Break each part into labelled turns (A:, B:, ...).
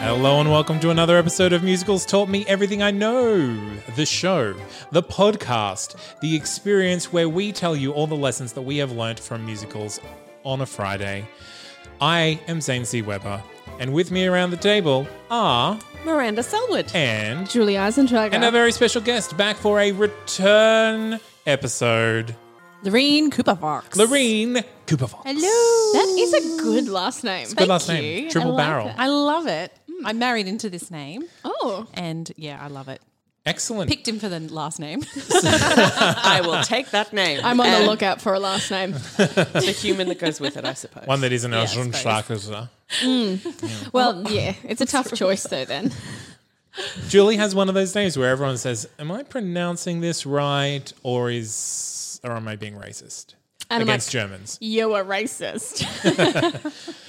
A: Hello and welcome to another episode of Musicals Taught Me Everything I Know, the show, the podcast, the experience where we tell you all the lessons that we have learnt from musicals on a Friday. I am Zane C. Weber, and with me around the table are
B: Miranda Selwood.
A: and
B: Julie Eisentrager.
A: and a very special guest back for a return episode,
B: Lorene Cooper Fox.
A: Lorene Cooper Fox.
B: Hello. That is a good last name.
A: Good last name, triple barrel.
B: I love it.
C: Hmm.
B: I married into this name.
D: Oh.
B: And yeah, I love it.
A: Excellent.
B: Picked him for the last name.
D: I will take that name.
C: I'm on
D: And
C: the lookout for a last name.
D: The human that goes with it, I suppose.
A: One that isn't uh, a
B: I suppose.
A: Schunschlager.
C: Well, yeah, it's a tough choice though. Then
A: Julie has one of those names where everyone says, "Am I pronouncing this right, or is, or am I being racist
C: And I'm
A: against
C: like-
A: Germans?"
C: you are racist.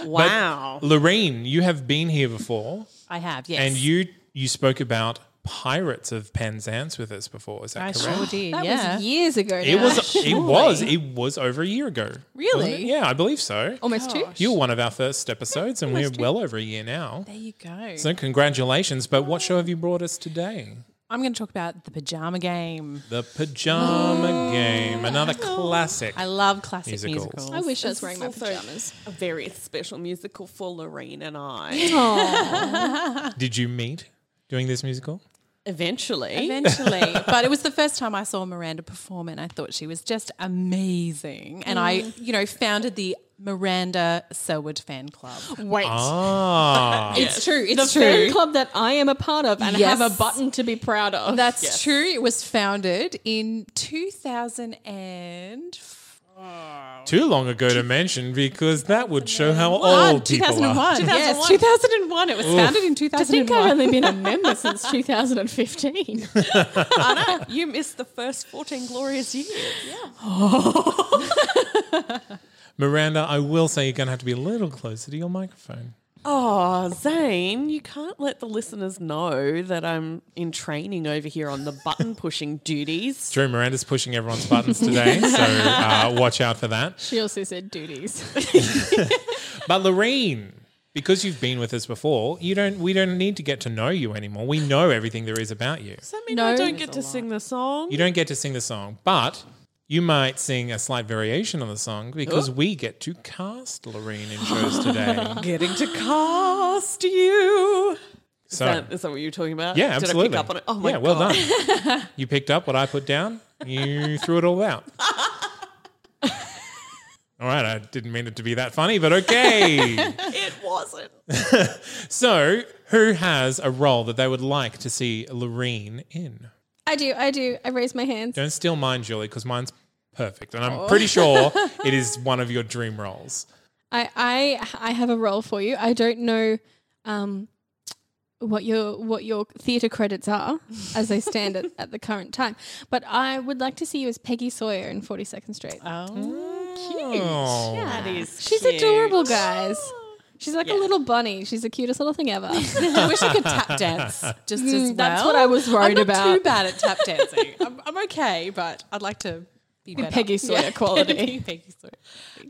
D: wow.
A: Lorraine, you have been here before,
B: I have, yes.
A: and you you spoke about pirates of Penzance with us before. Is that
B: I
A: correct?
B: sure did.
C: That
B: yeah.
C: was years ago.
A: It
C: now.
A: was. It was. It was over a year ago.
B: Really? Oh
A: wasn't it? Yeah, I believe so.
C: almost two.
A: You were one of our first episodes, and we're well over a year now.
B: there you go.
A: So congratulations! But what show have you brought us today?
B: I'm going to talk about the pajama game.
A: The Pajama Game, another classic.
B: Oh. I love classic
A: Musicals.
B: musicals.
C: I wish I was wearing my
D: also-
C: pajamas.
D: A very special musical for Lorraine and I.
A: Did you meet doing this musical?
D: Eventually.
B: Eventually, but it was the first time I saw Miranda perform, and I thought she was just amazing. And I,
C: Mm.
B: you know, founded the Miranda Selwood fan club.
C: Wait,
A: Ah,
B: It's true.
C: the
B: It's
C: fan
B: true.
C: club that I am a part of and
B: Yes.
C: have a button to be proud of.
B: That's true. It was founded in 2000 and
A: too long ago to mention because that would show how old people are.
B: 2001. Yes, 2001. It was founded in
C: I think I've
B: 2001.
C: only been a member since 2015.
D: Anna, you missed the first 14 glorious years.
A: Miranda, I will say you're going to have to be a little closer to your microphone.
D: Oh, Zane, you can't let the listeners know that I'm in training over here on the button pushing duties.
A: Drew Miranda's pushing everyone's buttons today, so uh, watch out for that.
C: she also said duties.
A: But Lorene, because you've been with us before, you don't. We don't need to get to know you anymore. We know everything there is about you.
D: Does that mean
C: No.
D: I don't get to sing the song?
A: You don't get to sing the song, but. You might sing a slight variation on the song because
D: Oh.
A: we get to cast Lorene in shows today.
D: Getting to cast you. Uh,
A: So,
D: Is that- is that what you were talking about?
A: Yeah,
D: Did
A: absolutely.
D: I pick up on it? Oh my
A: yeah,
D: god!
A: well done. you picked up what I put down. You threw it all out. All right, I didn't mean it to be that funny, but okay.
D: It wasn't.
A: so, who has a role that they would like to see Lorene in?
C: I do, I do. I raise my hands.
A: Don't steal mine, Julie, because mine's perfect, and I'm
D: Oh.
A: pretty sure it is one of your dream roles.
C: I, I I have a role for you. I don't know um, what your what your theatre credits are as they stand at, at the current time, but I would like to see you as Peggy Sawyer in Forty Second Street. Mm.
A: Oh,
C: that
D: is
C: She's
D: cute.
C: adorable, guys.
D: Oh.
C: She's like a little bunny. She's the cutest little thing ever.
B: I wish I could tap dance just as well.
C: that's what I was worried
B: I'm not
C: about.
B: Too bad at tap dancing. I'm, I'm okay, but I'd like to be better.
C: Peggy Sawyer quality.
B: Peggy Sawyer.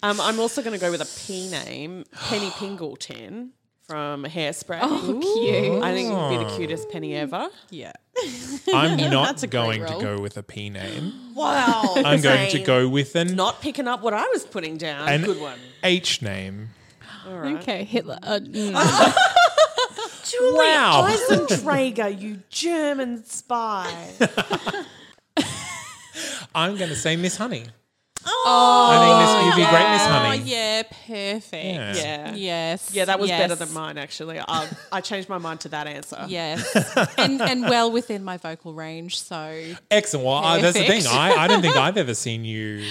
D: Um, I'm also going to go with a P name, Penny Pingleton from Hairspray.
C: Oh, cute.
D: I think it would be the cutest penny ever.
B: Yeah.
A: I'm not
D: a great
A: going to
D: role.
A: go with a P name.
D: Wow.
A: I'm going to
D: Zane,
A: go with an,
D: Not picking up what I was putting down.
A: an
D: Good one.
A: H name.
C: Okay, Hitler. Uh, mm.
D: Julie
A: Wow.
D: Eisentrager, you German spy.
A: I'm going to say Miss Honey. Oh, I think this would be great, Miss
B: Oh,
A: Honey.
B: yeah, perfect.
A: Yeah.
D: Yeah.
B: Yes.
D: Yeah, that was
B: yes,
D: better than mine, actually. I, I changed my mind to that answer.
B: Yes. and, and well within my vocal range. So
A: Excellent. Well, uh, that's the thing.
B: Perfect.
A: I, I don't think I've ever seen you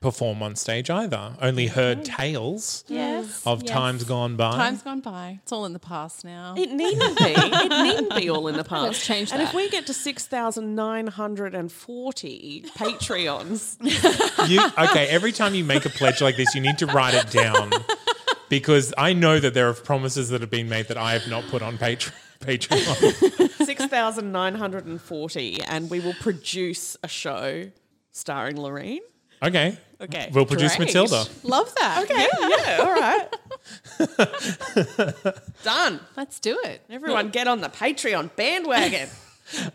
A: perform on stage either. Only heard tales
B: yes.
A: of times gone by.
B: Time's gone by. It's all in the past now.
D: It needn't be. It needn't be all in the past.
C: Let's change
D: And if
C: that.
D: we get to 6,940 Patreons,
A: You, okay, every time you make a pledge like this, you need to write it down because I know that there are promises that have been made that I have not put on Patreon. Patreon.
D: 6,940, and we will produce a show starring Lorraine.
A: Okay.
D: Okay.
A: We'll produce
D: Great.
A: Matilda.
B: Love that.
D: Okay. Oh, Yeah, all right. Done.
B: Let's do it.
D: Everyone get on the Patreon bandwagon.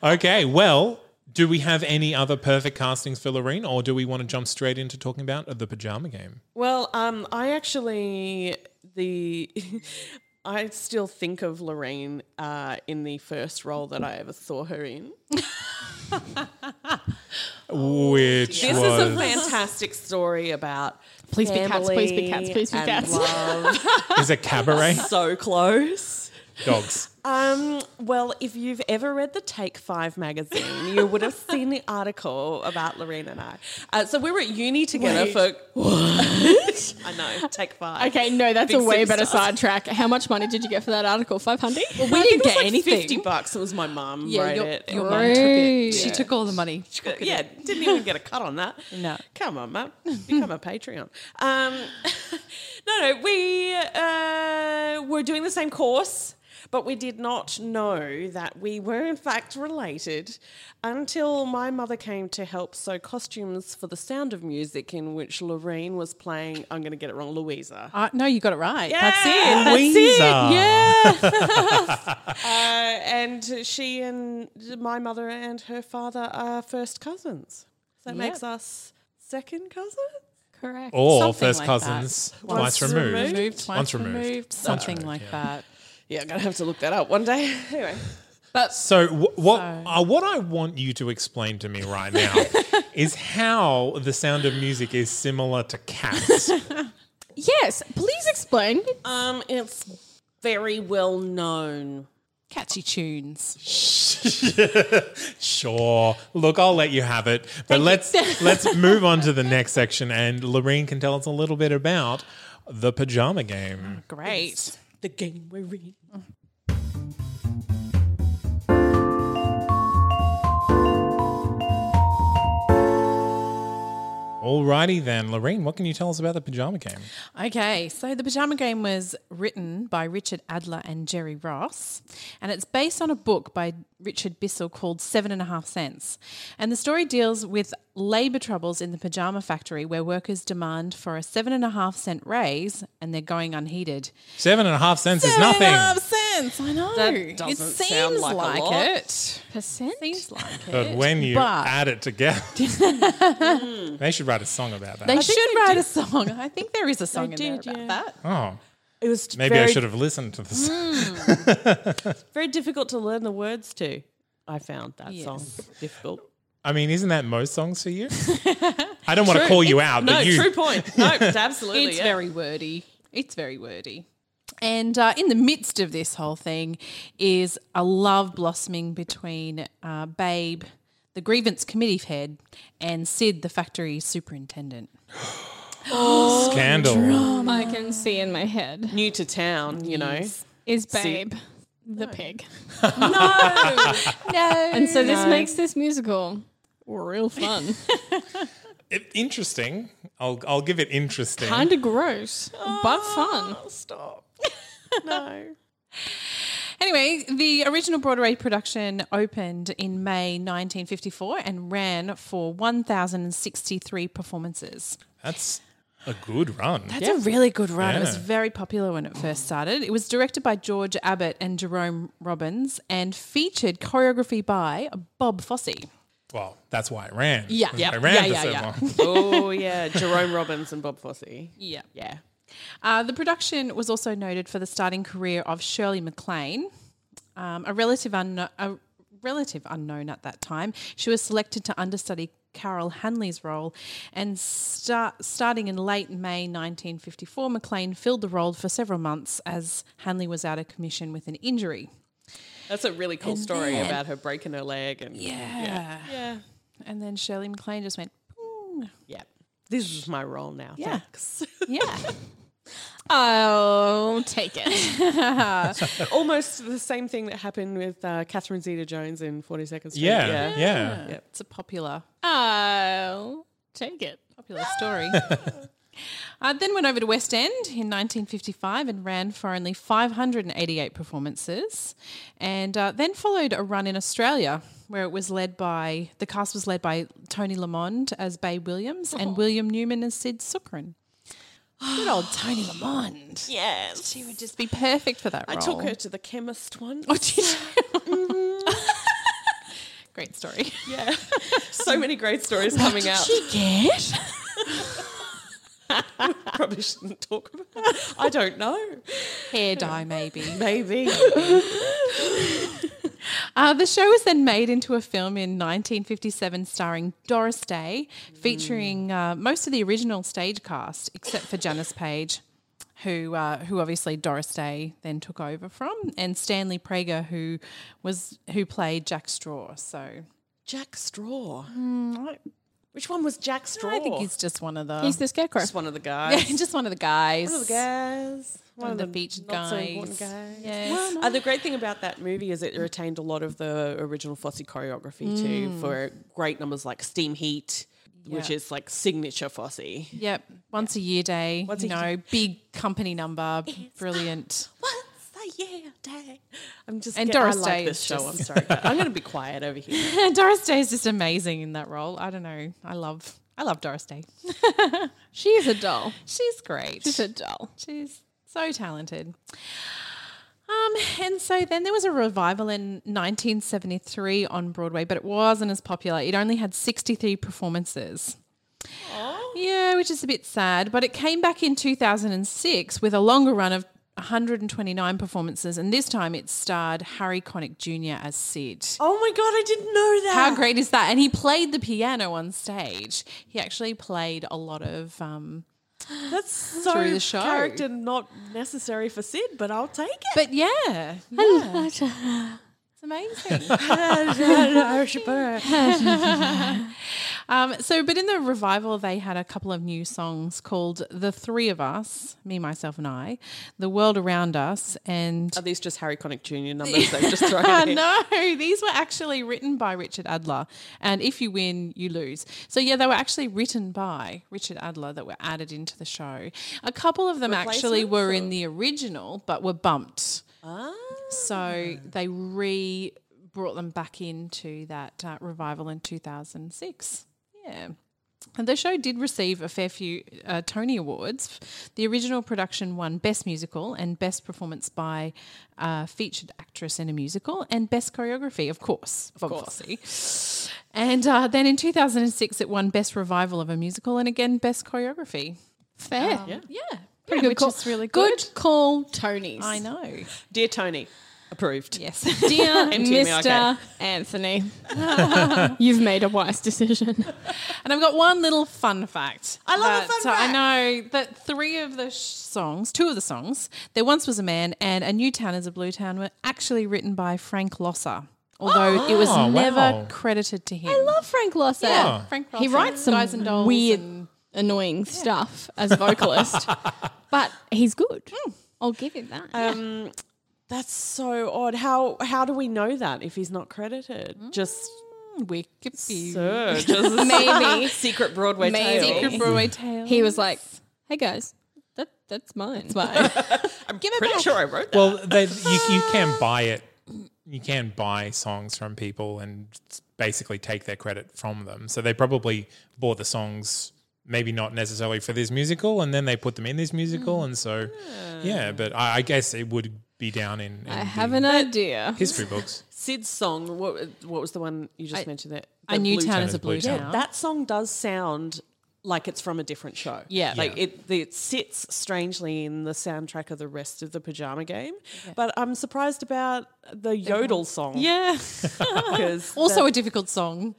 A: Okay. Well, do we have any other perfect castings for Lorene or do we want to jump straight into talking about the pajama game?
D: Well, um, I actually the I still think of Lorraine uh, in the first role that I ever saw her in.
A: Which
D: This
A: was.
D: is a fantastic story about
C: Please be cats, please be cats,
D: family
C: please be
D: and
C: cats.
D: love.
A: is a cabaret.
D: so close.
A: Dogs.
D: Um, well, if you've ever read the Take Five magazine, you would have seen the article about Lorraine and I. Uh, so we were at uni together for what? I know Take Five.
C: Okay, no, that's
D: Big
C: a way better
D: superstars.
C: sidetrack. How much money did you get for that article? Five hundred.
B: We
D: I
B: didn't
D: think it was
B: get
D: like
B: anything.
D: Fifty bucks. It was my mum
B: Yeah,
D: wrote
B: your,
D: it.
B: your
D: It
B: mum
D: was-
B: took it. She
C: Right.
B: took all the money.
D: yeah, didn't even get a cut on that.
B: No.
D: come on, mum, become a Patreon. Um, no, no, we uh, were doing the same course, but we did not know that we were in fact related until my mother came to help sew costumes for The Sound of Music, in which Lorraine was playing. I'm going to get it wrong, Louisa.
B: Uh, no, you got it right. That's it.
D: Yeah.
A: Louisa.
D: Uh, and she and my mother and her father are first cousins. So that makes us second cousins.
C: Correct.
A: Or
B: Something
A: first
B: like that.
A: cousins,
D: Once
A: twice removed.
D: removed.
B: Removed, twice
A: Once removed.
B: removed, something like that.
D: Yeah, I'm gonna have to look that up one day. anyway,
A: So, wh- what uh, what I want you to explain to me right now is how the sound of music is similar to cats.
C: Yes, please explain.
D: um, it's very well known.
B: Catchy tunes.
A: sure. Look, I'll let you have it, but let's let's move on to the next section, and Lorene can tell us a little bit about the pajama game.
B: Great.
D: The game we're in.
A: Alrighty then, Lorene, what can you tell us about the pajama game?
B: Okay, so the Pajama Game was written by Richard Adler and Jerry Ross, and it's based on a book by Richard Bissell called Seven and a Half Cents. And the story deals with labour troubles in the pajama factory where workers demand for a seven and a half cent raise and they're going unheated.
A: Seven and a half cents is
B: Seven and a
A: nothing,
B: half cents, I know.
D: That doesn't
B: it seems
D: sound like a lot.
B: it.
C: Percent.
B: Seems like it.
A: but when you
B: But- Hmm.
A: add it together, they should write a song about that.
B: They should write a song. I think there is a song in there about that.
A: oh,
D: It was
A: maybe I
D: very-
A: should have listened to this.
B: Hmm.
D: Very difficult to learn the words to. I found that song difficult.
A: I mean, isn't that most songs for you? I don't want to call you out,
D: No,
A: but you.
D: true point. No, it's absolutely.
B: It's
D: yeah.
B: very wordy. It's very wordy. And uh, in the midst of this whole thing is a love blossoming between uh, Babe, the grievance committee head, and Sid, the factory superintendent.
A: Scandal.
C: Um, I can see in my head
D: new to town, you know.
C: is Babe the pig,
B: No, no.
C: and so this makes this musical real fun.
A: It- interesting. I'll, I'll give it interesting.
C: kind of gross, but fun.
D: Stop. no.
B: Anyway, the original Broadway production opened in May 1954 and ran for 1,063 performances.
A: That's a good run.
B: That's a really good run. It was
A: Yeah.
B: very popular when it first started. It was directed by George Abbott and Jerome Robbins and featured choreography by Bob Fosse.
A: well, that's why it ran.
B: Yeah.
A: That's
B: Yep.
A: why it ran
B: Yeah,
A: for
B: yeah,
A: so long.
D: oh yeah, Jerome Robbins and Bob Fosse.
B: Yeah.
D: Yeah.
B: Uh, the production was also noted for the starting career of Shirley MacLaine, um, a relative unknown. A, Relative unknown at that time, she was selected to understudy Carol Hanley's role, and start, starting in late May 1954, MacLaine filled the role for several months as Hanley was out of commission with an injury.
D: That's a really cool story about her breaking her leg and yeah. yeah. Yeah.
B: And then Shirley MacLaine just went, "Boom."
D: This is my role now.
B: Yeah.
D: Thanks.
B: yeah,
C: I'll take it.
D: Almost the same thing that happened with uh, Catherine Zeta Jones in 40 Seconds. Street.
A: Yeah, yeah.
D: Yeah.
B: it's a popular
C: I'll take it.
B: popular
D: Ah.
B: story. uh, then went over to West End in 1955 and ran for only 588 performances, and uh, then followed a run in Australia where it was led by the cast was led by Tony Lamond as Bay Williams
D: Oh.
B: and William Newman as Sid Sukran. Good old Tony Lamond.
D: Yes.
B: She would just be perfect for that
D: I
B: role.
D: took her to the chemist once.
B: Oh, did you? Great story.
D: Yeah. so many great stories coming out.
B: get?
D: Probably shouldn't talk about it. I don't know.
B: Hair dye, maybe.
D: Maybe.
B: Uh, the show was then made into a film in 1957 starring Doris Day, featuring uh, most of the original stage cast except for Janice Page, who, uh, who obviously Doris Day then took over from, and Stanley Prager, who, was, who played Jack Straw. So
D: Jack Straw. Which one was Jack Straw?
B: I think he's just one of the.
C: He's the scarecrow.
D: just one of the guys.
B: just one of the guys.
D: One of the guys. One,
B: of the featured
D: not so important
B: guys.
D: guys.
B: Yes.
D: Uh, the great thing about that movie is it retained a lot of the original Fosse choreography too for great numbers like Steam Heat, which
B: Yeah.
D: is like signature Fosse.
B: Yep. Once a year day.
D: Once
B: you
D: a
B: know,
D: year-
B: big company number. brilliant.
D: Once a year day. I'm just
B: And
D: get- I
B: Doris
D: like
B: Day
D: this
B: is
D: show.
B: just-
D: I'm sorry. but I'm going to be quiet over here.
B: Doris Day is just amazing in that role. I don't know. I love I love Doris Day.
C: She is a doll.
B: She's great.
C: She's a doll.
B: She's so talented. Um, and so then there was a revival in 1973 on Broadway, but it wasn't as popular. It only had 63 performances. Yeah, which is a bit sad, but it came back in 2006 with a longer run of 129 performances, and this time it starred Harry Connick Jr. as Sid.
D: Oh my god, I didn't know that.
B: How great is that? And he played the piano on stage. He actually played a lot of. Um,
D: That's so
B: Through the show.
D: character not necessary for Sid, but I'll take it.
B: but yeah, yeah. it's amazing. um, so, but in the revival, they had a couple of new songs called "The Three of Us," me, myself, and I, "The World Around Us," and
D: Are these just Harry Connick Jr. numbers they've just thrown
B: Ah,
D: in?
B: no, these were actually written by Richard Adler. And if you win, you lose. So, yeah, they were actually written by Richard Adler that were added into the show. A couple of them actually
D: Replacements
B: were in the original, but were bumped. So they re brought them back into that uh, revival in 2006. Yeah. And the show did receive a fair few uh, Tony Awards. The original production won Best Musical and Best Performance by uh, Featured Actress in a Musical and Best Choreography, of course, Bob Fosse. And uh, then in 2006, it won Best Revival of a Musical and again Best Choreography.
C: Fair.
B: Yeah,
C: Pretty
B: yeah,
C: good
B: which
C: call.
B: is really
C: good.
B: good.
C: call, Tony's.
B: I know.
D: Dear Tony, approved.
B: Yes.
C: Dear
D: Empty me,
C: Mr. Anthony, you've made a wise decision.
B: And I've got one little fun fact.
D: I love
B: that,
D: a fun
B: uh,
D: fact.
B: I know that three of the sh- songs, two of the songs, there once was a man and a new town is a blue town were actually written by Frank Losser, although it was
A: Oh,
B: never
A: wow.
B: credited to him.
C: I love Frank Losser.
B: Yeah, Frank
C: He
B: Losser.
C: writes some
B: Guys and Dolls
C: weird,
B: and-
C: annoying stuff as a vocalist, but he's good. I'll give him that.
D: Um, That's so odd. How how do we know that if he's not credited? Just
B: Mm, Wikipedia.
D: search. Just
C: Maybe.
D: secret Broadway
C: Maybe.
D: tale.
B: Secret Broadway tale.
C: he was like, "Hey guys, that that's mine. That's mine.
D: I'm pretty sure I wrote that.
A: Well, they, you, you
B: Uh.
A: can buy it. You can buy songs from people and basically take their credit from them. So they probably bought the songs maybe not necessarily for this musical, and then they put them in this musical,
B: Mm.
A: and so yeah. But I, I guess it would be down in, in
C: I
A: the
C: have an idea.
A: history books.
D: Sid's song. What, what was the one you just mentioned? That
B: A
D: that
B: new
D: Blue
B: town
A: Town
B: is a blue
A: Blue Town.
B: town.
D: That song does sound like it's from a different show.
B: Yeah.
D: Like
A: Yeah.
D: It, it sits strangely in the soundtrack of the rest of the pajama game. But I'm surprised about the yodel song.
B: yeah.
D: Because
B: also a difficult song.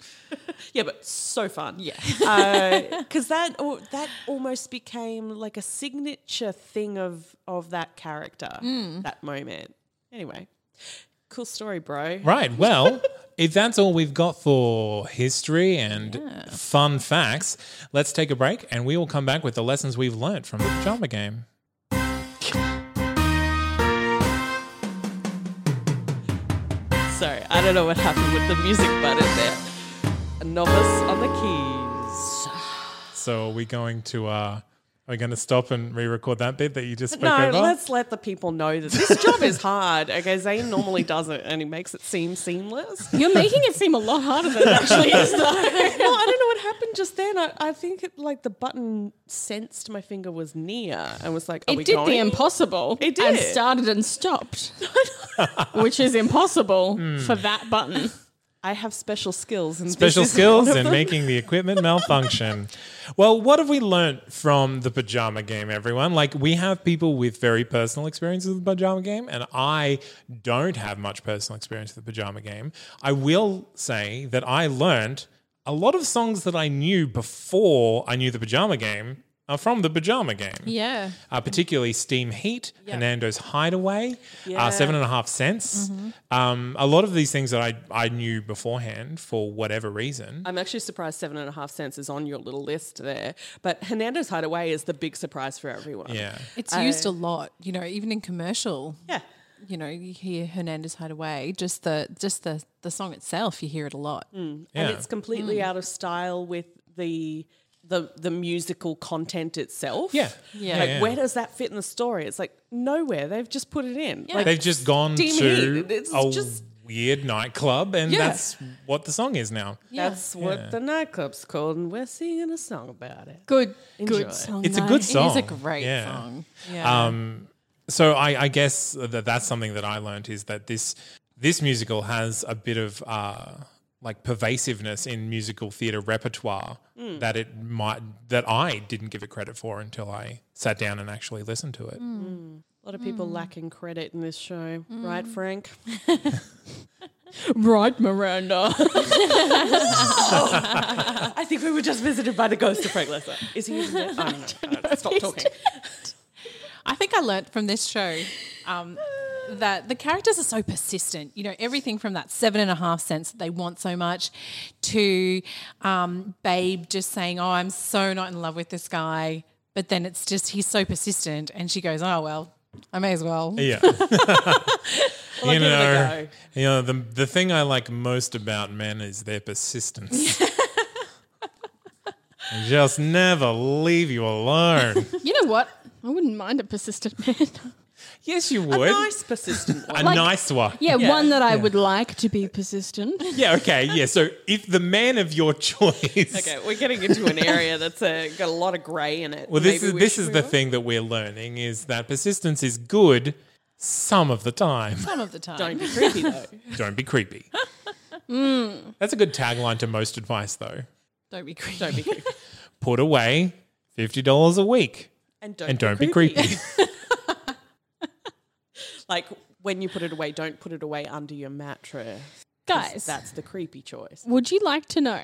D: yeah, but so fun. Yeah, because that al- that almost became like a signature thing of of that character, that moment. Anyway, cool story, bro.
A: Right. Well, if that's all we've got for history and fun facts, let's take a break, and we will come back with the lessons we've learned from the pajama game.
D: Sorry, I don't know what happened with the music button there. A novice on the keys.
A: So are we going to uh are we going to stop and re-record that bit that you just spoke
D: No,
A: over?
D: let's let the people know that this job is hard. Okay, Zane normally does it, and he makes it seem seamless.
C: You're making it seem a lot harder than it actually is.
D: no, I don't know what happened just then. I, I think it, like the button sensed my finger was near and was like, "Are we
C: It did
D: going?"
C: the impossible.
D: It
C: And
D: did.
C: started and stopped, which is impossible for that button.
D: I have special skills and
A: Special
D: this is
A: skills
D: one of
A: in
D: them.
A: making the equipment malfunction. Well, what have we learnt from the pajama game, everyone? Like, we have people with very personal experiences with the pajama game, and I don't have much personal experience with the pajama game. I will say that I learnt a lot of songs that I knew before I knew the pajama game are from the pajama game.
B: Yeah.
A: uh, particularly Steam Heat, Hernando's Hideaway, uh, Seven and a Half Cents.
D: Mm-hmm.
A: Um, a lot of these things that I, I knew beforehand for whatever reason.
D: I'm actually surprised seven and a half cents is on your little list there, but Hernando's Hideaway is the big surprise for everyone.
A: yeah.
B: It's used a lot, you know, even in commercial.
D: yeah.
B: You know, you hear Hernandez Hideaway, just the just the the song itself, you hear it a lot.
A: Yeah.
D: and it's completely
C: Hmm.
D: out of style with the the the musical content itself.
A: yeah.
B: Yeah.
D: Like,
A: yeah.
D: where does that fit in the story? It's like nowhere. They've just put it in. Like,
A: They've just gone
D: Steam
A: to
D: Heat, it's
A: a
D: just-
A: weird nightclub, and
D: Yeah.
A: that's what the song is now.
D: that's what the nightclub's called, and we're singing a song about it.
C: Good,
D: Enjoy.
C: good song.
A: It's a
C: though.
A: good
B: It
A: song.
B: is a great
A: Yeah.
B: song. Yeah.
A: Um, So I, I guess that that's something that I learned is that this this musical has a bit of uh, like pervasiveness in musical theatre repertoire
D: Mm.
A: that it might that I didn't give it credit for until I sat down and actually listened to it.
D: Mm. A lot of people lacking credit in this show, right, Frank?
C: right, Miranda.
D: I think we were just visited by the ghost of Frank Lesser. Oh. Is he even there? Oh, no, no, stop talking.
B: I think I learnt from this show um, that the characters are so persistent. You know, everything from that seven and a half cents that they want so much to um, Babe just saying, Oh, I'm so not in love with this guy. But then it's just, he's so persistent. And she goes, Oh, well, I may as well.
A: Yeah. you
D: give it a
A: know,
D: go.
A: you know the the thing I like most about men is their persistence. They Just never leave you alone.
C: you know what? I wouldn't mind a persistent man.
A: yes, you would. A nice,
D: Nice persistent one.
A: one.
C: Yeah, one that I would like to be persistent.
A: Yeah, okay, yeah. So if the man of your choice.
D: Okay, we're getting into an area that's uh, got a lot of grey in it.
A: Well, this
D: Maybe
A: is
D: we
A: this
D: should
A: is
D: move
A: the
D: on.
A: thing that we're learning is that persistence is good some of the time.
B: Some of the time.
D: Don't be creepy though.
A: Don't be creepy.
D: Hmm.
A: That's a good tagline to most advice, though.
B: Don't be creepy. Don't be creepy.
A: Put away fifty dollars a week
D: And don't,
A: and don't be creepy.
D: Like when you put it away, don't put it away under your mattress.
C: Guys,
D: That's the creepy choice.
C: would you like to know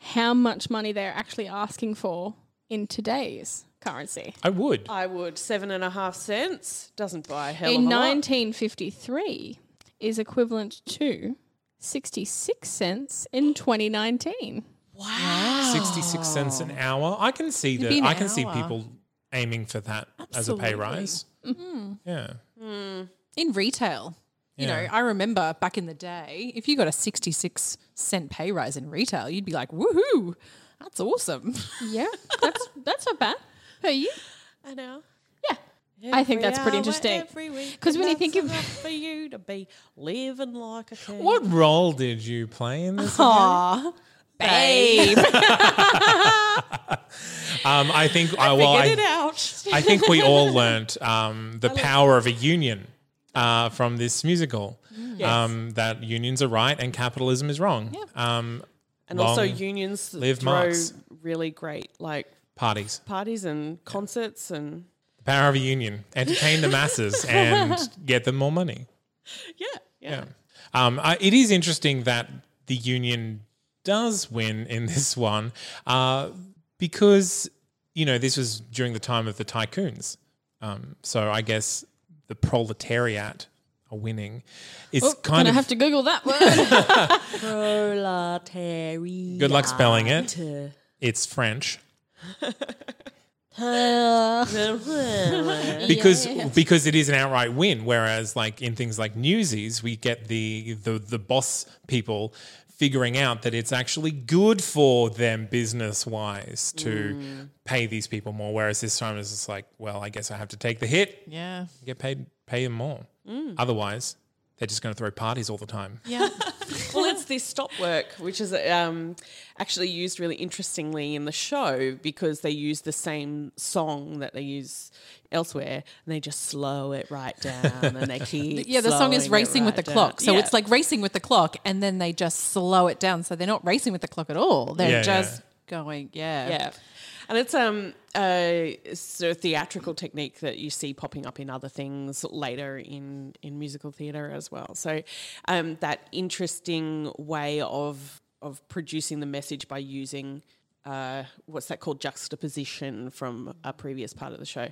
C: how much money they're actually asking for in today's currency?
A: I would.
D: I would seven and a half cents doesn't buy a hell
C: in
D: of a lot.
C: 1953 is equivalent to 66 cents in 2019.
D: Ah.
A: Sixty-six cents an hour. I can see that.
B: be an
A: I can see
B: hour.
A: people aiming for that as a pay rise.
D: Mm-hmm.
A: Yeah.
B: In retail, you
A: Yeah.
B: know, I remember back in the day, if you got a 66 cent pay rise in retail, you'd be like, Woohoo, that's awesome.
C: Yeah, that's that's not bad per year.
D: I know.
C: Yeah, I think that's pretty interesting. Because when you think of
D: for you to be living like a king.
A: What role did you play in this?
B: Aw, babe.
A: Um, I think. I well, I,
D: Figured it out.
A: I think we all learnt um, the power of a union uh, from this musical.
D: Mm.
A: Um, that unions are right and capitalism is wrong. Um,
D: And also
A: long
D: unions
A: live
D: throw
A: Marx.
D: really great like
A: parties.
D: parties and concerts and
A: The power of a union. Entertain the masses and get them more money.
D: yeah, yeah.
A: Yeah. Um, I, it is interesting that the union does win in this one uh, because, you know, this was during the time of the tycoons. Um, so I guess the proletariat are winning. It's
C: Oh,
A: kind
C: gonna
A: of.
C: have to Google that word.
E: Proletariat.
A: good luck spelling it. It's French. because because it is an outright win. Whereas like in things like Newsies, we get the the the boss people figuring out that it's actually good for them business wise to pay these people more. Whereas this time is just like, well, I guess I have to take the hit, and
B: Yeah.
A: get paid pay them more. Otherwise, they're just going to throw parties all the time.
B: Yeah.
D: well, it's this stop work, which is um, actually used really interestingly in the show because they use the same song that they use elsewhere, and they just slow it right down, and they keep
B: Yeah, the song is
D: slowing it
B: Racing with the
D: right down.
B: Clock. So
D: Yeah.
B: it's like racing with the clock, and then they just slow it down. So they're not racing with the clock at all. They're
A: Yeah,
B: just going, yeah.
D: yeah. And it's um a sort of theatrical technique that you see popping up in other things later in in musical theatre as well. So, um, that interesting way of of producing the message by using uh, what's that called juxtaposition from a previous part of the show.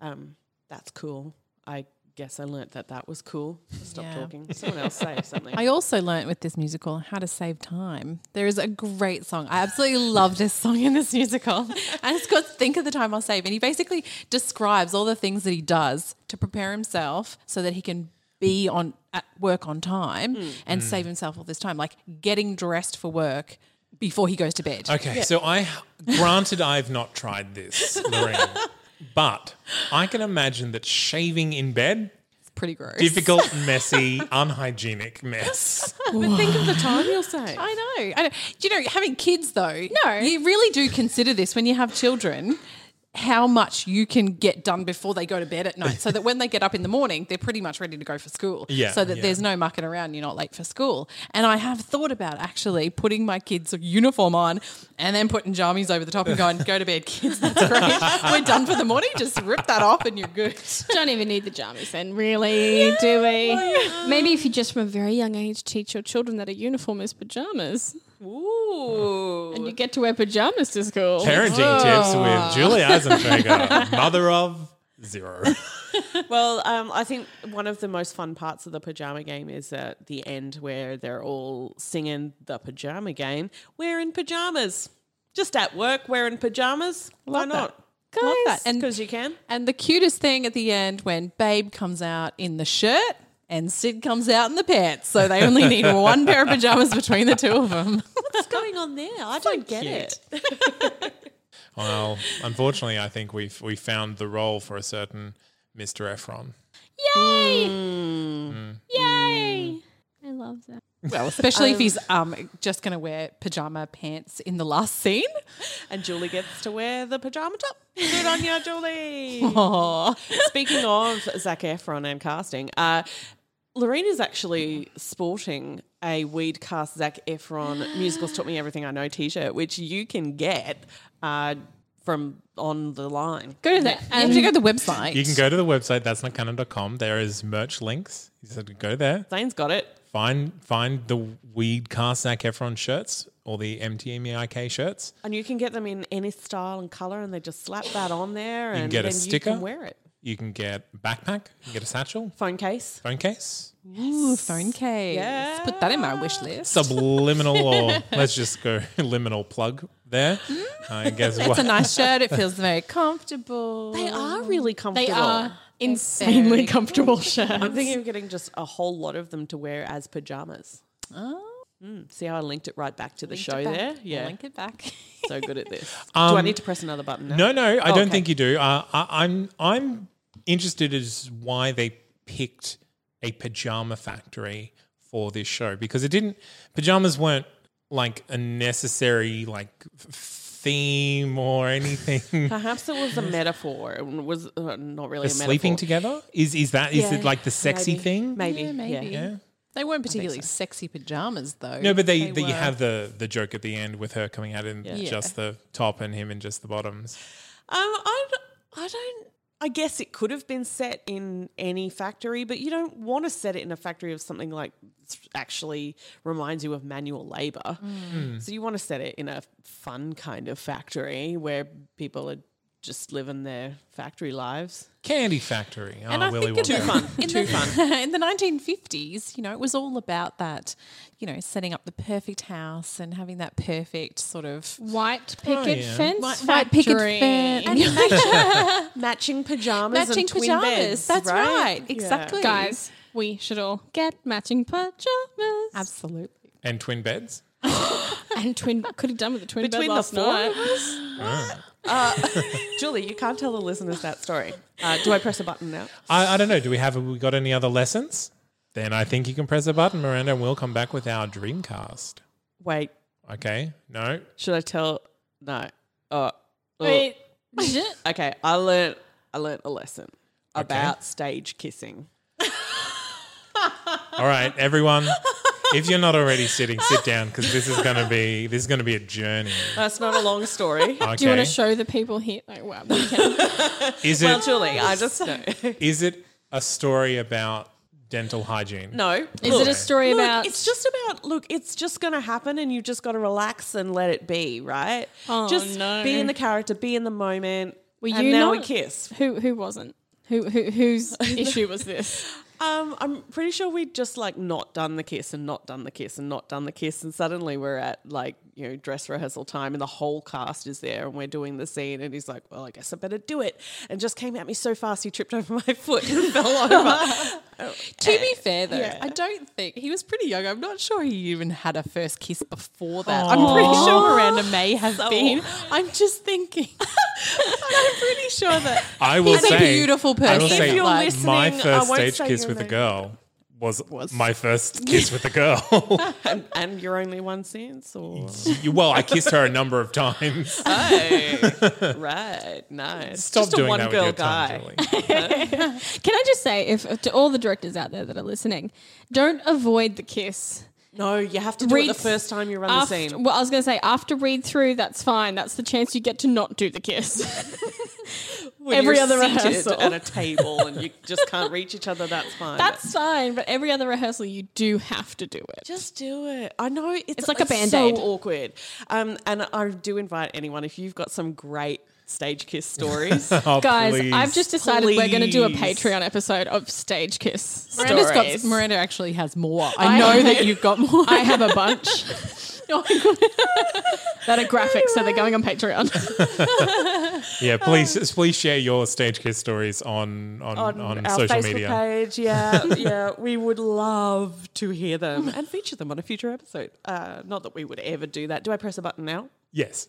D: Um, that's cool. I guess I learnt that that was cool. Stop
B: Yeah.
D: talking. Someone else say something.
B: I also learnt with this musical how to save time. There is a great song. I absolutely love this song in this musical. And it's called Think of the Time I'll Save. And he basically describes all the things that he does to prepare himself so that he can be on at work on time and save himself all this time, like getting dressed for work before he goes to bed.
A: Okay, so I granted I've not tried this, Lorraine, but I can imagine that shaving in bed
B: It's pretty gross.
A: difficult, messy, unhygienic mess.
D: but think of the time you'll say.
B: I know. I know. Do you know, having kids though,
C: No.
B: you really do consider this when you have children. How much you can get done before they go to bed at night, so that when they get up in the morning, they're pretty much ready to go for school.
A: Yeah,
B: So that
A: yeah.
B: there's no mucking around. You're not late for school. And I have thought about actually putting my kids' uniform on and then putting jammies over the top and going, "Go to bed, kids. That's great. We're done for the morning. Just rip that off and you're good."
C: Don't even need the jammies then, really, do we? Maybe if you just from a very young age teach your children that a uniform is pajamas
D: Ooh.
C: and you get to wear pajamas to school.
A: Parenting tips with Julie Eisenberger, mother of zero.
D: Well, um, I think one of the most fun parts of the pajama game is at the end where they're all singing the pajama game, wearing pajamas. Just at work, wearing pajamas. Why not?
B: Love that. And
D: Because you can.
B: And the cutest thing at the end when Babe comes out in the shirt and Sid comes out in the pants. So they only need one pair of pajamas between the two of them.
D: What's going on there? I don't get it.
A: Well, unfortunately, I think we've we found the role for a certain Mr. Efron.
C: Yay!
A: Mm.
C: Yay! I love that.
B: Well, especially if he's um, just going to wear pajama pants in the last scene.
D: And Julie gets to wear the pajama top. Good on you, Julie. Speaking of Zach Efron and casting, uh, Lorraine is actually sporting a Weed Cast Zach Efron Musicals Taught Me Everything I Know t shirt, which you can get uh, from on the line.
C: Go to that.
B: And
C: And
B: you have to go to the website.
A: You can go to the website that's not canon.com. There is merch links. You said to go there.
D: Zane's got it.
A: Find find the weed cast Zac Efron shirts or the E MTMEIK shirts.
D: And you can get them in any style and color, and they just slap that on there,
A: can
D: and
A: get a
D: then
A: sticker.
D: you can wear it.
A: You can get a backpack, you can get a satchel,
D: Phone case.
A: phone case,
B: Ooh, phone case.
D: Yeah.
B: Put that in my wish list.
A: subliminal, or let's just go liminal plug there. I guess
B: It's a
A: what?
B: nice shirt. It feels very comfortable.
D: They are really comfortable.
C: they are insanely comfortable
D: I'm
C: shirts.
D: thinking of getting just a whole lot of them to wear as pajamas. Oh. See how I linked it right back to the show there? Yeah.
B: Link it back.
D: so good at this. Do I need to press another button now?
A: Um, No, no, I
D: Oh,
A: don't
D: okay.
A: think you do. Uh, I, I'm I'm interested as why they picked a pajama factory for this show because it didn't pajamas weren't like a necessary like f- theme or anything?
D: Perhaps it was a metaphor. It was uh, not really
A: They're
D: a
A: sleeping
D: metaphor.
A: together? Is is that is it
D: Yeah,
A: like the sexy
D: maybe.
A: thing?
D: Maybe.
B: Yeah, maybe.
D: yeah. Um,
A: Yeah.
B: They weren't particularly sexy pajamas, though.
A: No, but they, they you
B: were-
A: have the the joke at the end with her coming out in
B: Yeah.
A: just the top and him in just the bottoms.
D: Um, I, d- I don't. I guess it could have been set in any factory, but you don't want to set it in a factory of something like s- actually reminds you of manual labor.
A: Hmm.
D: So you want to set it in a fun kind of factory where people are just living their factory lives.
A: Candy Factory. Oh,
B: And I
A: Willy
B: think it's
A: Wonka.
D: Too fun.
B: in
D: Too
B: the,
D: fun.
B: in the 1950s, you know, it was all about that, you know, setting up the perfect house and having that perfect sort of
C: White picket
A: Oh, yeah.
C: fence.
B: White
C: factory.
B: picket fence.
C: And
D: Matching pajamas.
B: matching
D: and twin
B: pajamas.
D: Beds,
B: That's right.
D: Yeah.
B: Exactly.
C: guys, we should all get matching pajamas.
B: Absolutely.
A: And twin beds.
C: And twin could have done with the twin
D: Between
C: bed
D: the
C: last
D: four
C: night.
D: of us. Uh, Julie, you can't tell the listeners that story. Uh, do I press a button now?
A: I, I don't know. Do we have we got any other lessons? Then I think you can press a button, Miranda, and we'll come back with our Dreamcast.
D: Wait,
A: Okay. No.
D: Should I tell? No. Oh. oh.
C: Wait. shit.
D: Okay. I learnt. I learnt a lesson about stage kissing.
A: All right, everyone. If you're not already sitting, sit down because this is gonna be this is gonna be a journey.
D: That's not a long story.
A: Okay.
C: Do you want to show the people here? Like, wow, we can.
A: is
D: well,
A: it-
D: Julie, I just know.
A: Is it a story about dental hygiene?
D: no.
C: Is it a story
D: Look,
C: about?
D: it's just about look. It's just going to happen, and you just got to relax and let it be, right?
C: Oh,
D: just
C: no.
D: be in the character, be in the moment.
C: Were
D: and
C: you
D: now we
C: not-
D: kiss.
C: who who wasn't? Who, who whose issue was this?
D: Um, I'm pretty sure we'd just like not done the kiss and not done the kiss and not done the kiss, and suddenly we're at like you know dress rehearsal time, and the whole cast is there, and we're doing the scene, and he's like, "Well, I guess I better do it," and just came at me so fast he tripped over my foot and fell over.
B: To be fair, though, I don't think he was pretty young. I'm not sure he even had a first kiss before
D: Oh.
B: that. I'm pretty sure Miranda may have been. I'm just thinking. I'm pretty sure that
A: I will
B: He's a
A: say
B: beautiful
A: I will
B: person.
A: say
B: If you're
A: my
D: listening, I
A: first
D: won't
A: stage
D: say
A: kiss
D: your
A: with a
D: name.
A: girl was, my first kiss with a girl.
D: and, and you're only one since, or
A: You- well, I kissed her a number of times.
D: oh, right? Nice.
A: Mm. Stop
D: Uh, just
A: doing
D: a one
A: that with
D: girl
A: your
D: guy.
A: tongue, Julie.
C: Can I just say, if to all the directors out there that are listening, don't avoid the kiss.
D: No, you have to do it the first time you run
C: after,
D: the scene.
C: Well, I was going to say after read through, that's fine. That's the chance you get to not do the kiss.
D: When
C: every
D: you're
C: other
D: seated
C: rehearsal.
D: at a table and you just can't reach each other. That's fine.
C: that's fine, but every other rehearsal you do have to do it.
D: Just do it. I know it's,
C: It's like a Band-Aid.
D: So awkward. Um, and I do invite anyone if you've got some great stage kiss stories.
A: Oh,
C: Guys,
A: please.
C: I've just decided we're going to do a
D: Please.
C: Patreon episode of Stage Kiss
B: Miranda's
C: stories.
B: got, Miranda actually has more. I, know that you've got more.
C: I have a bunch that are graphic, so they're going on Patreon.
A: yeah.
D: um,
A: Please, please share your stage kiss stories on on on,
D: our
A: social
D: Facebook
A: media.
D: page, yeah, yeah, we would love to hear them and feature them on a future episode. Uh, not that we would ever do that. Do I press a button now?
A: Yes.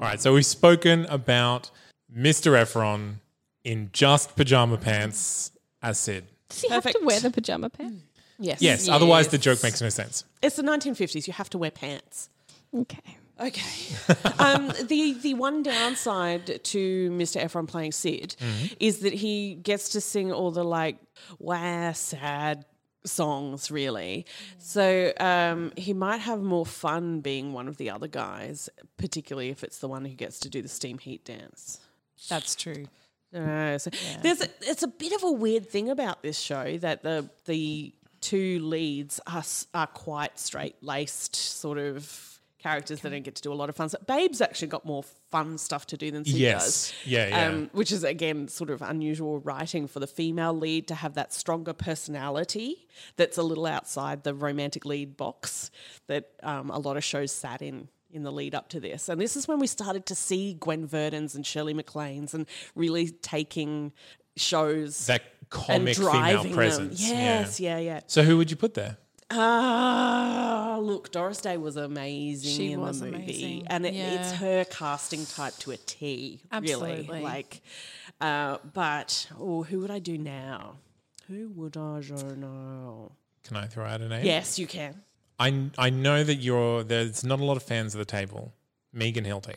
A: All right, so we've spoken about Mr. Efron in just pajama pants as Sid.
C: Does he have to
D: Perfect.
C: wear the pajama pants?
D: Yes.
A: Yes, otherwise the joke makes no sense.
D: It's the 1950s. You have to wear pants.
C: Okay.
D: Okay. um, the the one downside to Mr. Efron playing Sid is that he gets to sing all the like wow sad songs really. So um, he might have more fun being one of the other guys, particularly if it's the one who gets to do the steam heat dance.
B: That's true.
D: No, so there's a, it's a bit of a weird thing about this show that the the two leads are s- are quite straight laced sort of characters that don't get to do a lot of fun stuff. Babe's actually got more fun stuff to do than Sid
A: Yes.
D: does.
A: Yeah, yeah.
D: Um, which is again sort of unusual writing for the female lead to have that stronger personality that's a little outside the romantic lead box that um, a lot of shows sat in in the lead up to this. And this is when we started to see Gwen Verdon's and Shirley MacLaine's and really taking shows
A: that
D: and
A: comic
D: driving
A: female
D: them.
A: presence.
D: Yes, yeah, yeah.
A: So who would you put there?
D: Ah, look, Doris Day was amazing
B: She
D: in
B: was
D: the movie,
B: amazing,
D: and it,
B: yeah.
D: it's her casting type to a T. Really,
B: Absolutely.
D: like, uh, but oh, who would I do now? Who would I know?
A: Can I throw out a name?
D: Yes, you can.
A: I, I know that you're there's not a lot of fans at the table. Megan Hilty.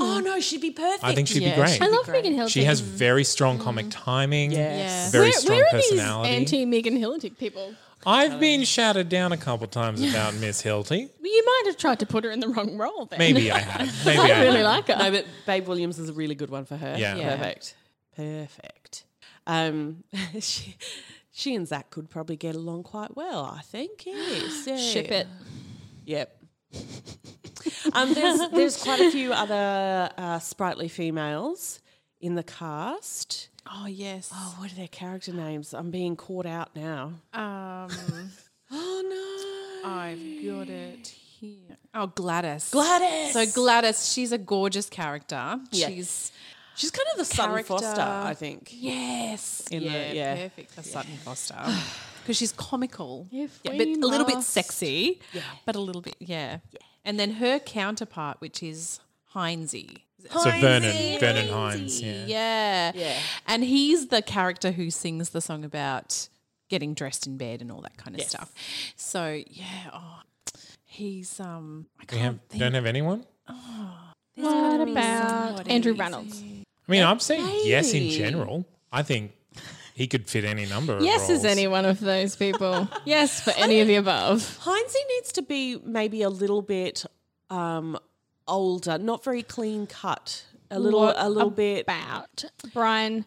D: Oh no, she'd be perfect.
A: I think she'd be great.
C: I love Megan Hilty. Mm-hmm.
A: She has very strong comic timing.
D: Yes.
A: Very
C: where,
A: strong
C: where are these
A: personality.
C: anti Megan Hilty people?
A: I've been shouted down a couple times about Miss Hilty.
C: Well, you might have tried to put her in the wrong role. Then
A: Maybe I have. Maybe I,
C: I really
A: have.
C: like her.
D: No, but Babe Williams is a really good one for her.
A: Yeah. Yeah.
D: Perfect. Perfect. Um, she, she and Zach could probably get along quite well, I think. Yes. yeah.
C: Ship it.
D: Yep. um, there's, there's quite a few other uh, sprightly females in the cast.
B: Oh yes.
D: Oh, what are their character names? I'm being caught out now.
B: Um,
D: Oh, no.
B: I've got it here. Oh, Gladys.
D: Gladys.
B: So Gladys, she's a gorgeous character.
D: Yeah.
B: She's
D: She's kind of the Sutton
B: Character.
D: Foster, I think.
B: yes,
D: In the-
B: yeah,
D: yeah.
B: perfect for Sutton Foster because she's comical,
C: If
B: yeah,
C: we
B: but a little bit
C: must.
B: sexy, but a little bit yeah. And then her counterpart, which is Heinze.
A: So Vernon, Vernon Hines. Yeah.
B: Yeah.
D: Yeah.
B: And he's the character who sings the song about getting dressed in bed and all that kind of
D: Yes.
B: stuff. So yeah, oh, he's um I
A: We
B: can't
A: have,
B: think.
A: don't have anyone.
C: What about Andrew Reynolds?
A: I mean, I'm saying yes in
D: maybe.
A: general. I think he could fit any number.
C: Yes,
A: of
C: is
A: roles.
C: any one of those people. yes, for any of the above.
D: Heinze needs to be maybe a little bit um, older, not very clean cut. A little,
C: What
D: a little bit.
C: about Brian.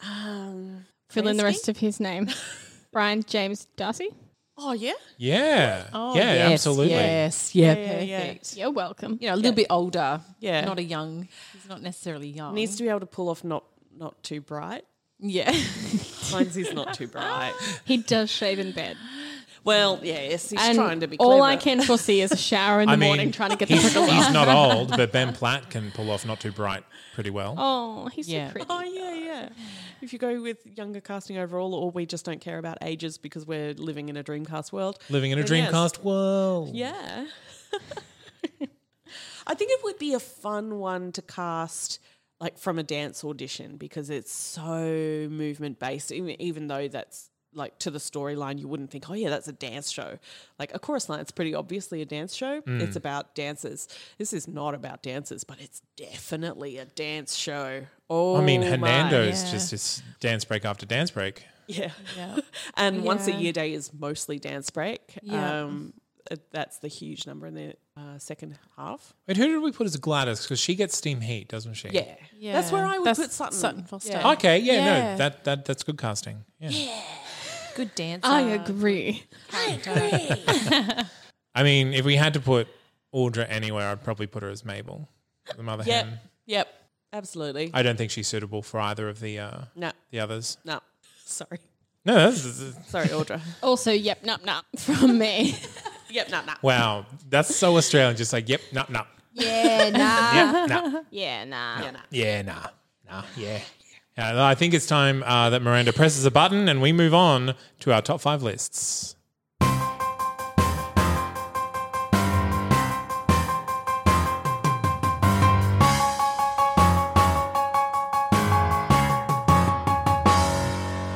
C: fill in the rest of his name. Brian James Darcy.
D: Oh yeah,
A: Yeah.
C: Oh,
A: yeah, absolutely.
B: Oh, Yes, yeah,
D: yeah, yeah.
B: perfect.
C: You're welcome.
B: You know, a little bit older.
D: Yeah.
B: Not a young he's not necessarily young.
D: needs to be able to pull off not not too bright.
B: yeah.
D: Heinz is not too bright.
C: He does shave in bed.
D: Well, Oh, yes, he's
C: and
D: trying to be.
C: all
D: clever.
C: I can foresee is a shower in the
A: I mean,
C: morning trying to get the
A: he's,
C: prickles
A: he's
C: off.
A: not old, but Ben Platt can pull off not too bright pretty well.
C: Oh, he's
B: Yeah.
C: so pretty.
D: Oh yeah, yeah. If you go with younger casting overall, or we just don't care about ages because we're living in a Dreamcast world.
A: Living in a
D: then yes.
A: Dreamcast world.
D: Yeah. I think it would be a fun one to cast like from a dance audition because it's so movement based even, even though that's like to the storyline you wouldn't think oh yeah that's a dance show like a chorus line it's pretty obviously a dance show
A: Mm.
D: it's about dancers this is not about dancers but it's definitely a dance show oh
A: I mean,
D: my.
A: Hernando's
B: yeah.
A: just is dance break after dance break.
D: Yeah. and once a
C: Yeah.
D: year day is mostly dance break.
B: Yeah.
D: Um, uh, that's the huge number in the uh, second half.
A: Wait, who did we put as Gladys? Because she gets steam heat, doesn't she?
D: Yeah. That's where I would
B: That's
D: put Sutton.
B: Sutton Foster.
D: Yeah.
A: Okay, yeah,
B: Yeah.
A: no, that, that that's good casting. Yeah.
B: Good dancer.
C: I agree.
A: I mean, if we had to put Audra anywhere, I'd probably put her as Mabel, the mother
D: Yep.
A: hen.
D: Yep. Absolutely.
A: I don't think she's suitable for either of the uh,
D: no.
A: the others.
D: No. Sorry.
A: No, that's, that's-
D: Sorry, Audra.
C: Also, yep, nup, nup from me.
D: yep. No, no.
A: wow, that's so Australian. Just like, yep, nah, nah,
C: yeah, nah.
A: yeah, nah,
C: Yeah, nah.
A: yeah, nah, nah, yeah. Yeah, I think it's time uh, that Miranda presses a button and we move on to our top five lists.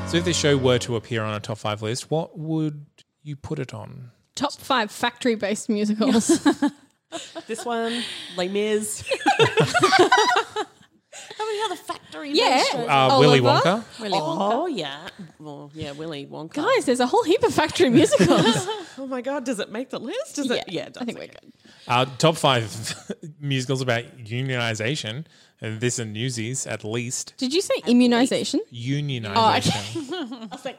A: So, if this show were to appear on a top five list, what would you put it on?
C: Top five factory based musicals.
D: This one, Les Mis. How many other factory
C: yeah.
A: Uh, Willy Wonka?
C: Willy Wonka.
D: Oh, yeah. Well, yeah, Willy Wonka.
C: Guys, there's a whole heap of factory musicals.
D: Oh, my God. Does it make the list? Does it? Yeah. It does.
C: I think we're
D: Okay.
C: good.
A: Our top five musicals about unionization, and this and Newsies at least.
C: Did you say immunization?
A: Unionization.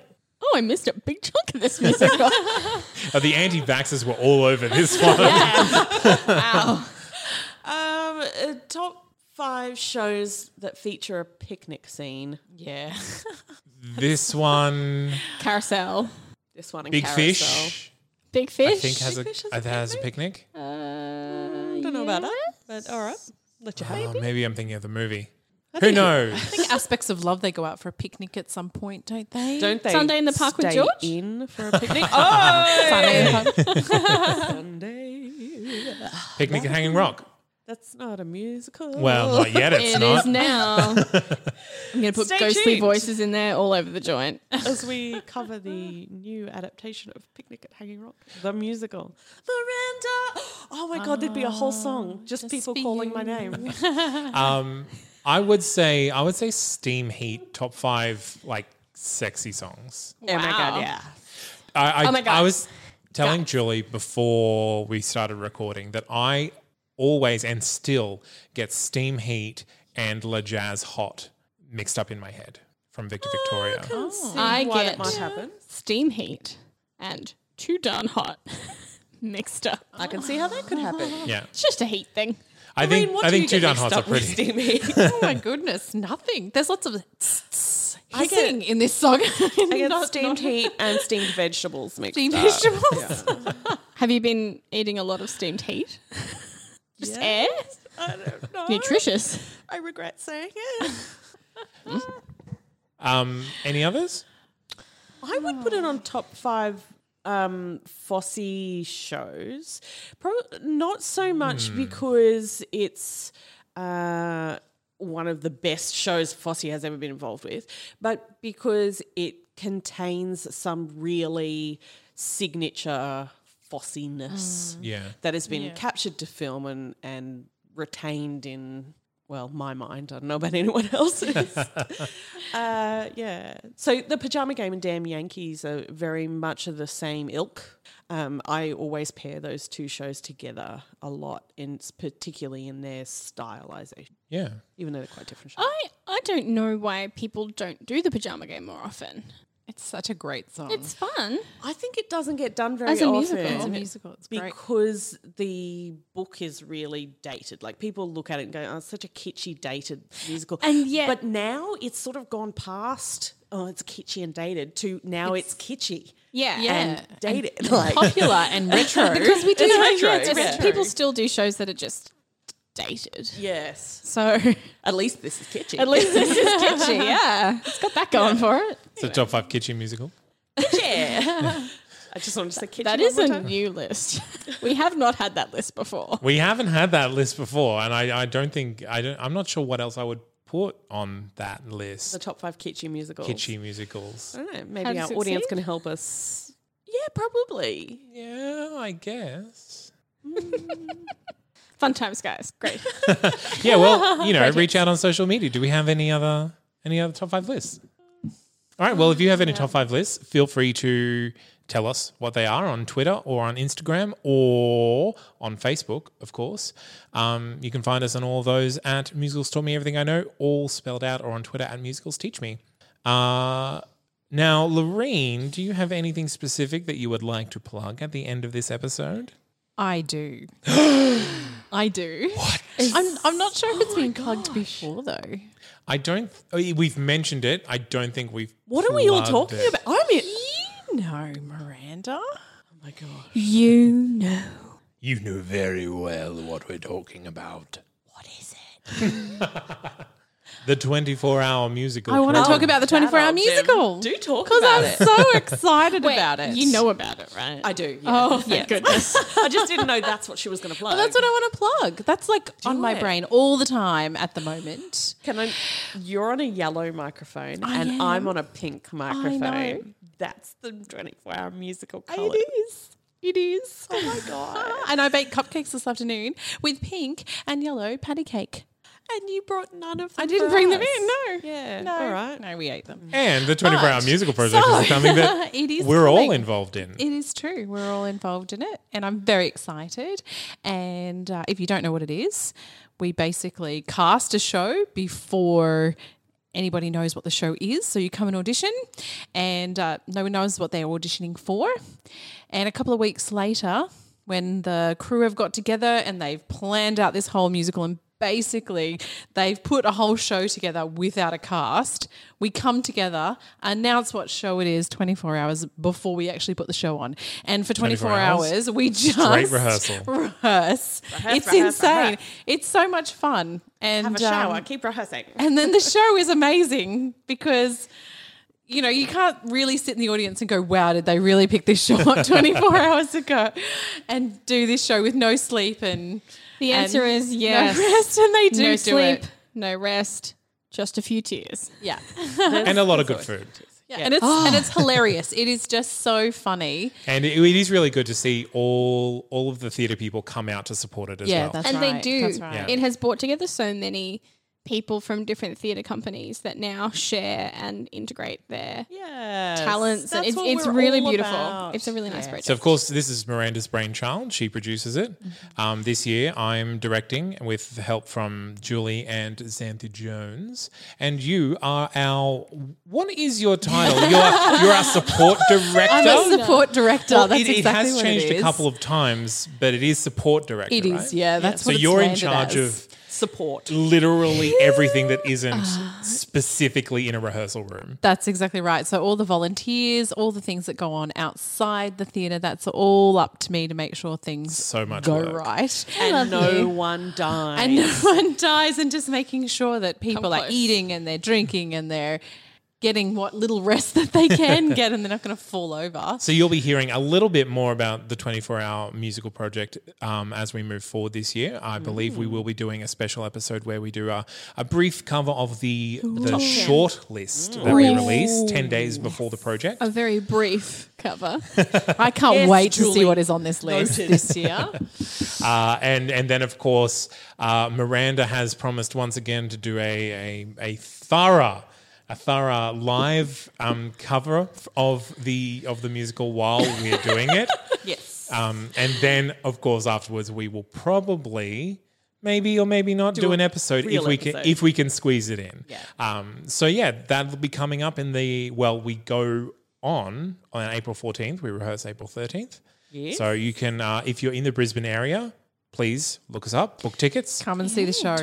C: Oh, I missed a big chunk of this musical.
A: Uh, the anti vaxxers were all over this one.
D: Um, uh, top five shows that feature a picnic scene.
B: Yeah.
A: This one,
C: Carousel.
D: This one, in
A: Big
D: Carousel.
A: Fish,
C: Big Fish.
A: I think has a,
D: Fish has a
A: uh, has a picnic.
C: Uh,
D: Mm, Don't know about that, but all right. Let you have.
A: Oh, maybe I'm thinking of the movie. Who
B: I
A: knows?
B: think aspects of love they go out for a picnic at some point, don't they?
D: Don't they
C: Sunday in the Park with
D: stay
C: George?
D: in for a picnic? oh,
B: Sunday.
D: Sunday.
A: Picnic at Hanging Rock.
D: That's not a musical.
A: Well, not yet. It's
C: It
A: not.
C: is now. I'm going to put
D: Stay
C: ghostly
D: tuned.
C: voices in there all over the joint.
D: as we cover the new adaptation of Picnic at Hanging Rock, the musical. Miranda! Oh my God, there'd be a whole
C: Oh,
D: song just, people calling my name.
A: Um, I would say I would say Steam Heat top five like sexy songs.
D: Oh my God, yeah.
A: I, I,
D: Oh
C: my God.
A: I was telling Julie before we started recording that I always and still get Steam Heat and La Jazz Hot mixed up in my head from Victor
D: Oh,
A: Victoria.
C: I
D: Why
C: get
D: that might happen.
C: steam heat and too darn hot mixed up.
D: I can see how that could happen.
A: Yeah,
C: It's just a heat thing.
A: I think
D: mean, what
A: I
D: do
A: think
D: you
A: Two
D: get
A: Down
D: mixed
A: Hots are
D: up with
A: pretty.
D: Steamy?
B: Oh my goodness, nothing. There's lots of tss, tss,
D: I get-
B: hissing in this song.
D: I get steamed heat and steamed vegetables mixed
B: steamed
D: up.
B: vegetables.
C: Have you been eating a lot of steamed heat? just air?
D: I don't know.
C: Nutritious.
D: I regret saying it.
A: Um, any others?
D: I would put it on top five um Fosse shows. Probably not so much because it's uh one of the best shows Fosse has ever been involved with, but because it contains some really signature Fossiness
A: Yeah.
D: that has been captured to film and and retained in well my mind. I don't know about anyone else's. Uh, yeah. So the pajama game and damn Yankees are very much of the same ilk. Um, I always pair those two shows together a lot, in particularly in their stylization,
A: Yeah.
D: even though they're quite different shows.
C: I, I don't know why people don't do the pajama game more often.
B: It's such a great
D: Oh.
B: song.
C: It's fun.
D: I think it doesn't get done very
C: As a
D: often.
C: musical. As a
B: musical, it's great.
D: because the book is really dated. Like people look at it and go, "Oh, it's such a kitschy, dated musical."
C: And yet-
D: but now it's sort of gone past. Oh, it's kitschy and dated. To now, it's, kitschy
C: Yeah.
D: and dated. like
B: popular and retro.
C: Because we do
D: It's retro,
C: it's just-
D: yeah.
C: people still do shows that are just dated.
D: yes,
C: So
D: at least this is kitschy.
C: at least this is kitschy, yeah. It's got that going for it.
A: It's a top five kitchen musical.
D: I just wanted to say kitschy.
C: That
D: one
C: is
D: more
C: a
D: time.
C: new list. We have not had that list before.
A: We haven't had that list before, and I, I don't think I don't. I'm not sure what else I would put on that
D: the
A: list.
D: top five kitschy musicals.
A: Kitschy musicals.
D: I don't know.
C: How
D: Maybe
C: to
D: our audience
C: succeed?
D: can help us. Yeah, probably.
A: Yeah, I guess.
C: Fun times, guys. Great.
A: Yeah, well, you know, reach out on social media. Do we have any other any other top five lists? All right. Well, if you have any top five lists, feel free to tell us what they are on Twitter or on Instagram or on Facebook, of course. Um, you can find us on all those at Musicals Taught Me Everything I Know, all spelled out, or on Twitter at Musicals Teach Me. Uh, now, Lorene, do you have anything specific that you would like to plug at the end of this episode?
B: I do. I do. What? Oh I'm, I'm not sure if it's been plugged before, though.
A: I don't. uh, We've mentioned it. I don't think we've.
D: What are we all
A: plugged
D: talking
A: it.
D: about? I'm in.
B: You know, Miranda.
C: You know.
A: You know very well what we're talking about.
D: What is it?
A: The 24 hour musical.
B: I want to
A: program.
B: talk about the 24 hour
D: That'll do.
B: musical.
D: Do talk
B: Because
D: about
B: I'm
D: it.
B: so excited about it.
C: You know about it, right?
D: I do. yeah.
C: Oh, thank goodness.
D: I just didn't know that's what she was going to play.
B: That's what I want to plug. That's like on my
D: it.
B: brain all the time at the moment.
D: Can I? You're on a yellow microphone and I'm on a pink microphone. That's the 24 hour musical color.
B: is. It is.
D: Oh my god!
B: And I baked cupcakes this afternoon with pink and yellow patty cake.
D: and you brought none of them.
B: I didn't
D: for
B: bring them
D: us.
B: in, no.
D: Yeah.
B: No.
D: All right.
B: No, we ate them.
A: And the 24 hour musical project
B: so-
A: is something that
B: It is
A: we're all
B: coming.
A: involved in.
B: It is true. We're all involved in it, and I'm very excited. And uh, if you don't know what it is, we basically cast a show before anybody knows what the show is. So you come and audition, and uh, no one knows what they're auditioning for. And a couple of weeks later, when the crew have got together and they've planned out this whole musical and basically they've put a whole show together without a cast we come together announce what show it is 24 hours before we actually put the show on and for 24,
A: 24
B: hours,
A: hours?
B: we just
A: rehearsal.
B: rehearse. it's
D: rehearse,
B: insane
D: rehearse.
B: it's so much fun and
D: Have a
B: um,
D: shower. Keep rehearsing.
B: and then the show is amazing because you know, you can't really sit in the audience and go, wow, did they really pick this shot 24 hours ago and do this show with no sleep and
C: The
B: and
C: answer is yes.
B: No rest, and they do
C: no
B: do
C: sleep,
B: it.
C: no rest, just a few tears.
B: Yeah.
A: and a lot of good food.
B: Yeah. Oh. And it's and it's hilarious. It is just so funny.
A: And it, it is really good to see all all of the theatre people come out to support it as
B: Yeah,
A: well.
B: that's
C: and
B: right,
C: they do.
B: that's right.
C: It has brought together so many people from different theatre companies that now share and integrate their
D: Yeah.
C: talents. and it's it's really beautiful. It's a really nice project.
A: So, of course, this is Miranda's brainchild. She produces it.
B: Mm-hmm.
A: Um, this year, I'm directing with the help from Julie and Xanthi Jones. And you are our, what is your title? you're, you're our support director.
B: I'm a support director.
A: Well,
B: that's
A: it, it
B: exactly
A: has
B: what
A: changed
B: it is.
A: a couple of times, but it is support director.
B: It is,
A: right?
B: yeah. That's
A: So
B: what it's
A: you're in
B: landed
A: charge
B: as.
A: of
D: support.
A: literally everything that isn't
B: Uh-huh.
A: specifically in a rehearsal room.
B: That's exactly right. So all the volunteers, all the things that go on outside the theatre, that's all up to me to make sure things
A: So much
B: go
A: work.
B: right.
D: And no one dies.
B: and no one dies and just making sure that people are
C: close.
B: eating and they're drinking and they're getting what little rest that they can get and they're not going to fall over.
A: So you'll be hearing a little bit more about the 24-hour musical project um, as we move forward this year. I believe we will be doing a special episode where we do a, a brief cover of the the short list that we released 10 days before the project.
C: a very brief cover.
B: I can't
D: Yes,
B: wait to see
D: Julie.
B: what is on this list
D: Noted.
B: this year.
A: Uh, and and then of course uh, Miranda has promised once again to do a a, a thorough a thorough live um, cover of the of the musical while we're doing it.
B: yes.
A: Um, and then, of course, afterwards we will probably, maybe or maybe not, do, an episode if
D: real
A: we can
D: episode.
A: if we can squeeze it in. Yeah. Um, so yeah, that'll be coming up in the well. We go on on April fourteenth. We rehearse April thirteenth. So you can, uh, if you're in the Brisbane area, please look us up, book tickets.
B: Come and see the show.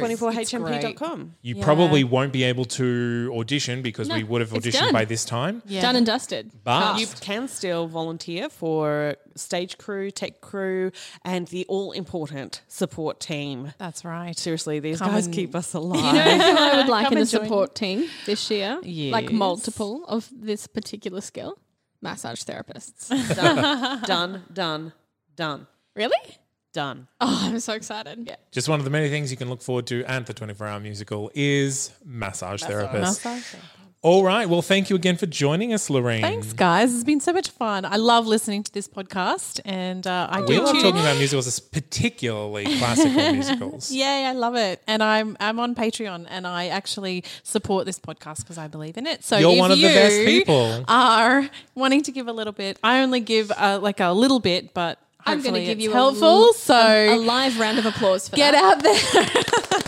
D: 24hmp.com.
A: You probably won't be able to audition because we would have
C: it's
A: auditioned
C: done.
A: by this time.
C: Done and dusted.
A: But
D: Uh, You can still volunteer for stage crew, tech crew, and the all important support team.
B: That's right.
D: Seriously, these
B: Come
D: guys
B: and-
D: keep us alive.
C: You know who I would like in the support team this year? Like
D: Yes.
C: multiple of this particular skill? Massage therapists.
D: done, done, done, done,
C: really?
D: done.
C: Oh, I'm so excited. Yeah.
A: Just one of the many things you can look forward to at the 24 hour musical is massage, therapist. All right. Well, thank you again for joining us, Lorraine.
B: Thanks, guys. It's been so much fun. I love listening to this podcast, and uh, I
A: We
B: do
A: love
B: tune
A: talking about musicals, particularly classical musicals.
B: Yay, I love it. And I'm I'm on Patreon and I actually support this podcast because I believe in it. So
A: You're
B: if
A: one of the
B: you
A: best people.
B: are wanting to give a little bit, I only give uh, like a little bit, but
C: I'm going
B: hopefully
C: to give
B: it's
C: you
B: helpful.
C: A, l-
B: so
C: a live round of applause for
B: get
C: that.
B: out there,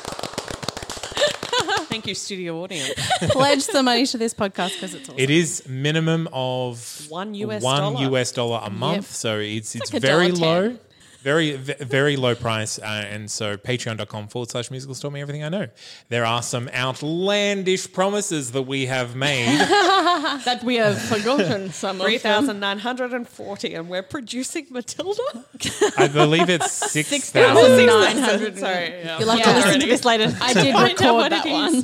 D: Thank you, studio audience.
B: pledge some money to this podcast because it's awesome.
A: It is minimum of
D: One US
A: one
D: dollar.
A: US dollar a month, so it's it's,
C: like a
A: very
C: dollar
A: low, very ve- very low price, uh, and so Patreon.com forward slash musicals taught me everything I know. There are some outlandish promises that we have made.
D: that we have forgotten some 3,940 and we're producing Matilda?
A: I believe it's six thousand.
D: Sorry. yeah.
C: You'll have
B: Yeah.
C: to listen to this later. I did record
D: what
C: that
D: it
C: one.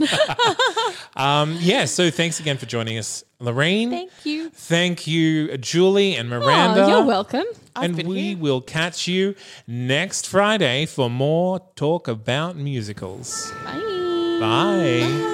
A: Um, yeah, so thanks again for joining us, Lorraine.
C: Thank you.
A: Thank you, Julie and Miranda.
C: Oh, you're welcome.
A: and we will catch you next Friday for more talk about musicals.
C: Bye.
A: Bye.